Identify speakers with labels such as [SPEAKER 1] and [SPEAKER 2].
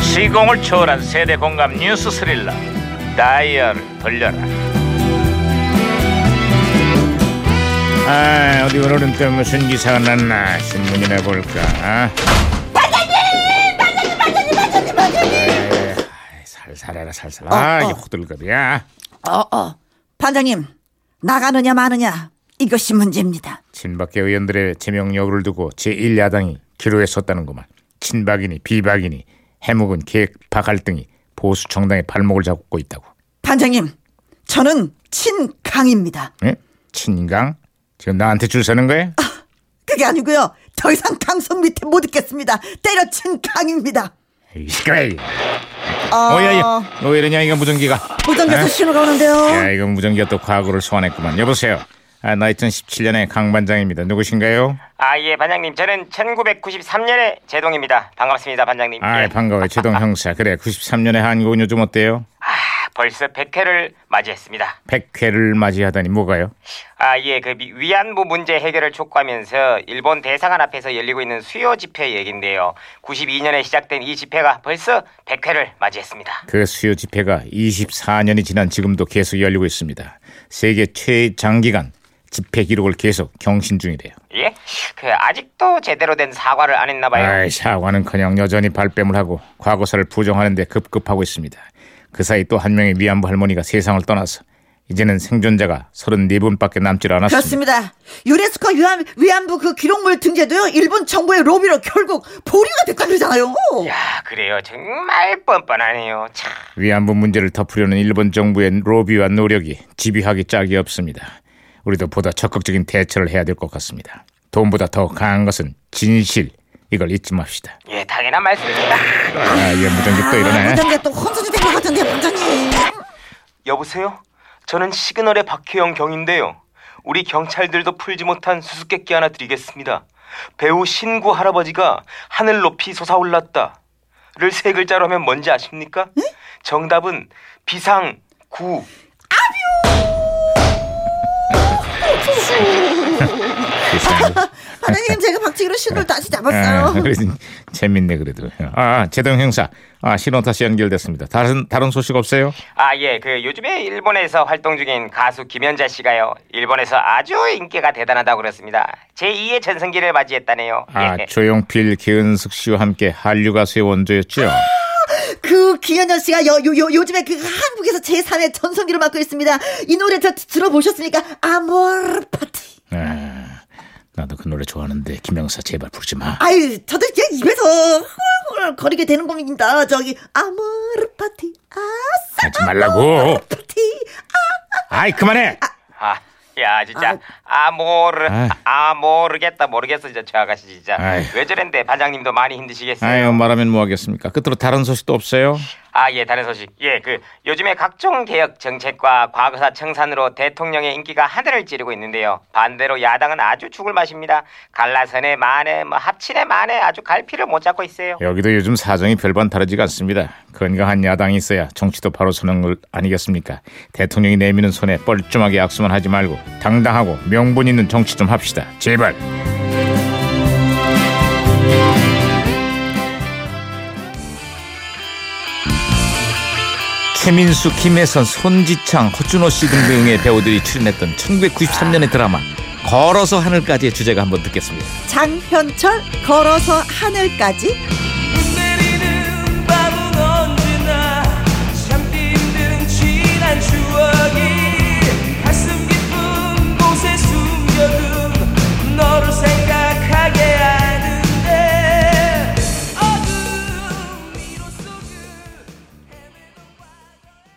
[SPEAKER 1] 시공을 초월한 세대 공감 뉴스 스릴러 다이얼 돌려라 아 어디 오늘은 또 무슨 기사가 났나 신문이나 볼까 아? 반장님 반장님 반장님 반장님 반장님 살살해라 살살 아
[SPEAKER 2] 어, 어.
[SPEAKER 1] 이게 호들갑이야
[SPEAKER 2] 어, 어. 반장님, 나가느냐 마느냐 이것이 문제입니다.
[SPEAKER 1] 친박계 의원들의 제명 여부를 두고 제1야당이 기로에 섰다는구만 친박이니 비박이니 해묵은 계획파 갈등이 보수 정당의 발목을 잡고 있다고
[SPEAKER 2] 반장님, 저는 친강입니다.
[SPEAKER 1] 예? 친강? 지금 나한테 줄 서는 거야?
[SPEAKER 2] 그게 아니고요. 더 이상 강성 밑에 못 있겠습니다. 때려친 강입니다.
[SPEAKER 1] 이 시끄러워.
[SPEAKER 2] 아,
[SPEAKER 1] 오야, 왜 이러냐 이거 무전기가.
[SPEAKER 2] 보장돼서
[SPEAKER 1] 에?
[SPEAKER 2] 신호가 오는데요.
[SPEAKER 1] 야, 이거 무전기가 또 과거를 소환했구만. 여보세요. 아, 나 2017년의 강 반장입니다. 누구신가요?
[SPEAKER 3] 아 예 반장님 저는 1993년에 제동입니다 반갑습니다 반장님
[SPEAKER 1] 아,
[SPEAKER 3] 예.
[SPEAKER 1] 반가워요. 최동 형사. 그래, 93년의 한국은 요즘 어때요?
[SPEAKER 3] 아, 벌써 100회를 맞이했습니다
[SPEAKER 1] 100회를 맞이하다니 뭐가요?
[SPEAKER 3] 아 예 그 위안부 문제 해결을 촉구하면서 일본 대사관 앞에서 열리고 있는 수요 집회 얘긴데요 92년에 시작된 이 집회가 벌써 100회를 맞이했습니다
[SPEAKER 1] 그 수요 집회가 24년이 지난 지금도 계속 열리고 있습니다. 세계 최장기간 집회 기록을 계속 경신 중이래요.
[SPEAKER 3] 예그 아직도 제대로 된 사과를 안 했나 봐요
[SPEAKER 1] 아이, 사과는커녕 여전히 발뺌을 하고 과거사를 부정하는데 급급하고 있습니다. 그 사이 또 한 명의 위안부 할머니가 세상을 떠나서 이제는 생존자가 34분밖에 남질 않았습니다.
[SPEAKER 2] 그렇습니다. 유네스코 위안, 위안부 그 기록물 등재도요. 일본 정부의 로비로 결국 보류가 됐다 그러잖아요.
[SPEAKER 3] 야 그래요 정말 뻔뻔하네요 참
[SPEAKER 1] 위안부 문제를 덮으려는 일본 정부의 로비와 노력이 집요하기 짝이 없습니다. 우리도 보다 적극적인 대처를 해야 될 것 같습니다. 돈보다 더 강한 것은 진실. 이걸 잊지 맙시다.
[SPEAKER 3] 예 당연한 말씀입니다
[SPEAKER 1] 아, 이 무전기 또 이러네. 네.
[SPEAKER 2] 반장님 또 혼선이 된 것 같은데 반장님.
[SPEAKER 3] 여보세요? 저는 시그널의 박혜영 경인데요. 우리 경찰들도 풀지 못한 수수께끼 하나 드리겠습니다. 배우 신구 할아버지가 하늘 높이 솟아올랐다. 를 세 글자로 하면 뭔지 아십니까? 정답은 비상 구.
[SPEAKER 1] 세상에.
[SPEAKER 2] 반장님 제가 박치기로 신호를 다시
[SPEAKER 1] 아,
[SPEAKER 2] 잡았어요.
[SPEAKER 1] 그래도 재밌네 그래도. 아, 제동 행사. 아, 신호 다시 연결됐습니다. 다른 다른 소식 없어요?
[SPEAKER 3] 아 예, 그 요즘에 일본에서 활동 중인 가수 김연자 씨가요. 일본에서 아주 인기가 대단하다고 그랬습니다. 제2의 전성기를 맞이했다네요.
[SPEAKER 1] 아,
[SPEAKER 3] 예.
[SPEAKER 1] 조용필, 기은숙 씨와 함께 한류 가수의 원조였죠.
[SPEAKER 2] 그 김현정 씨가 요, 요, 요, 요즘에 그 한국에서 제3의 전성기를 맡고 있습니다. 이 노래 저 들어보셨습니까? 아모르 파티.
[SPEAKER 1] 아, 나도 그 노래 좋아하는데 김영사 제발 부르지 마.
[SPEAKER 2] 아유, 저도 이제 입에서 훌훌 거리게 되는 겁니다. 저기 아모르 파티. 아싸.
[SPEAKER 1] 하지 말라고.
[SPEAKER 2] 파티.
[SPEAKER 1] 아이 그만해.
[SPEAKER 3] 아, 야 진짜 아, 모르
[SPEAKER 1] 아이.
[SPEAKER 3] 아 모르겠다 모르겠어 진짜 저 아가씨 진짜
[SPEAKER 1] 아이.
[SPEAKER 3] 왜 저랬는데 반장님도 많이 힘드시겠어요.
[SPEAKER 1] 아유 말하면 뭐 하겠습니까? 끝으로 다른 소식도 없어요?
[SPEAKER 3] 아 예 다른 소식 예 그 요즘에 각종 개혁 정책과 과거사 청산으로 대통령의 인기가 하늘을 찌르고 있는데요. 반대로 야당은 아주 죽을 맛입니다. 갈라선에 만에 뭐 합친에 만에 아주 갈피를 못 잡고 있어요.
[SPEAKER 1] 여기도 요즘 사정이 별반 다르지가 않습니다. 건강한 야당이 있어야 정치도 바로 서는 걸 아니겠습니까? 대통령이 내미는 손에 뻘쭘하게 악수만 하지 말고 당당하고 명분 있는 정치 좀 합시다. 제발. 최민수, 김혜선, 손지창, 허준호 씨 등등의 배우들이 출연했던 1993년의 드라마 걸어서 하늘까지의 주제가 한번 듣겠습니다.
[SPEAKER 2] 장현철 걸어서 하늘까지.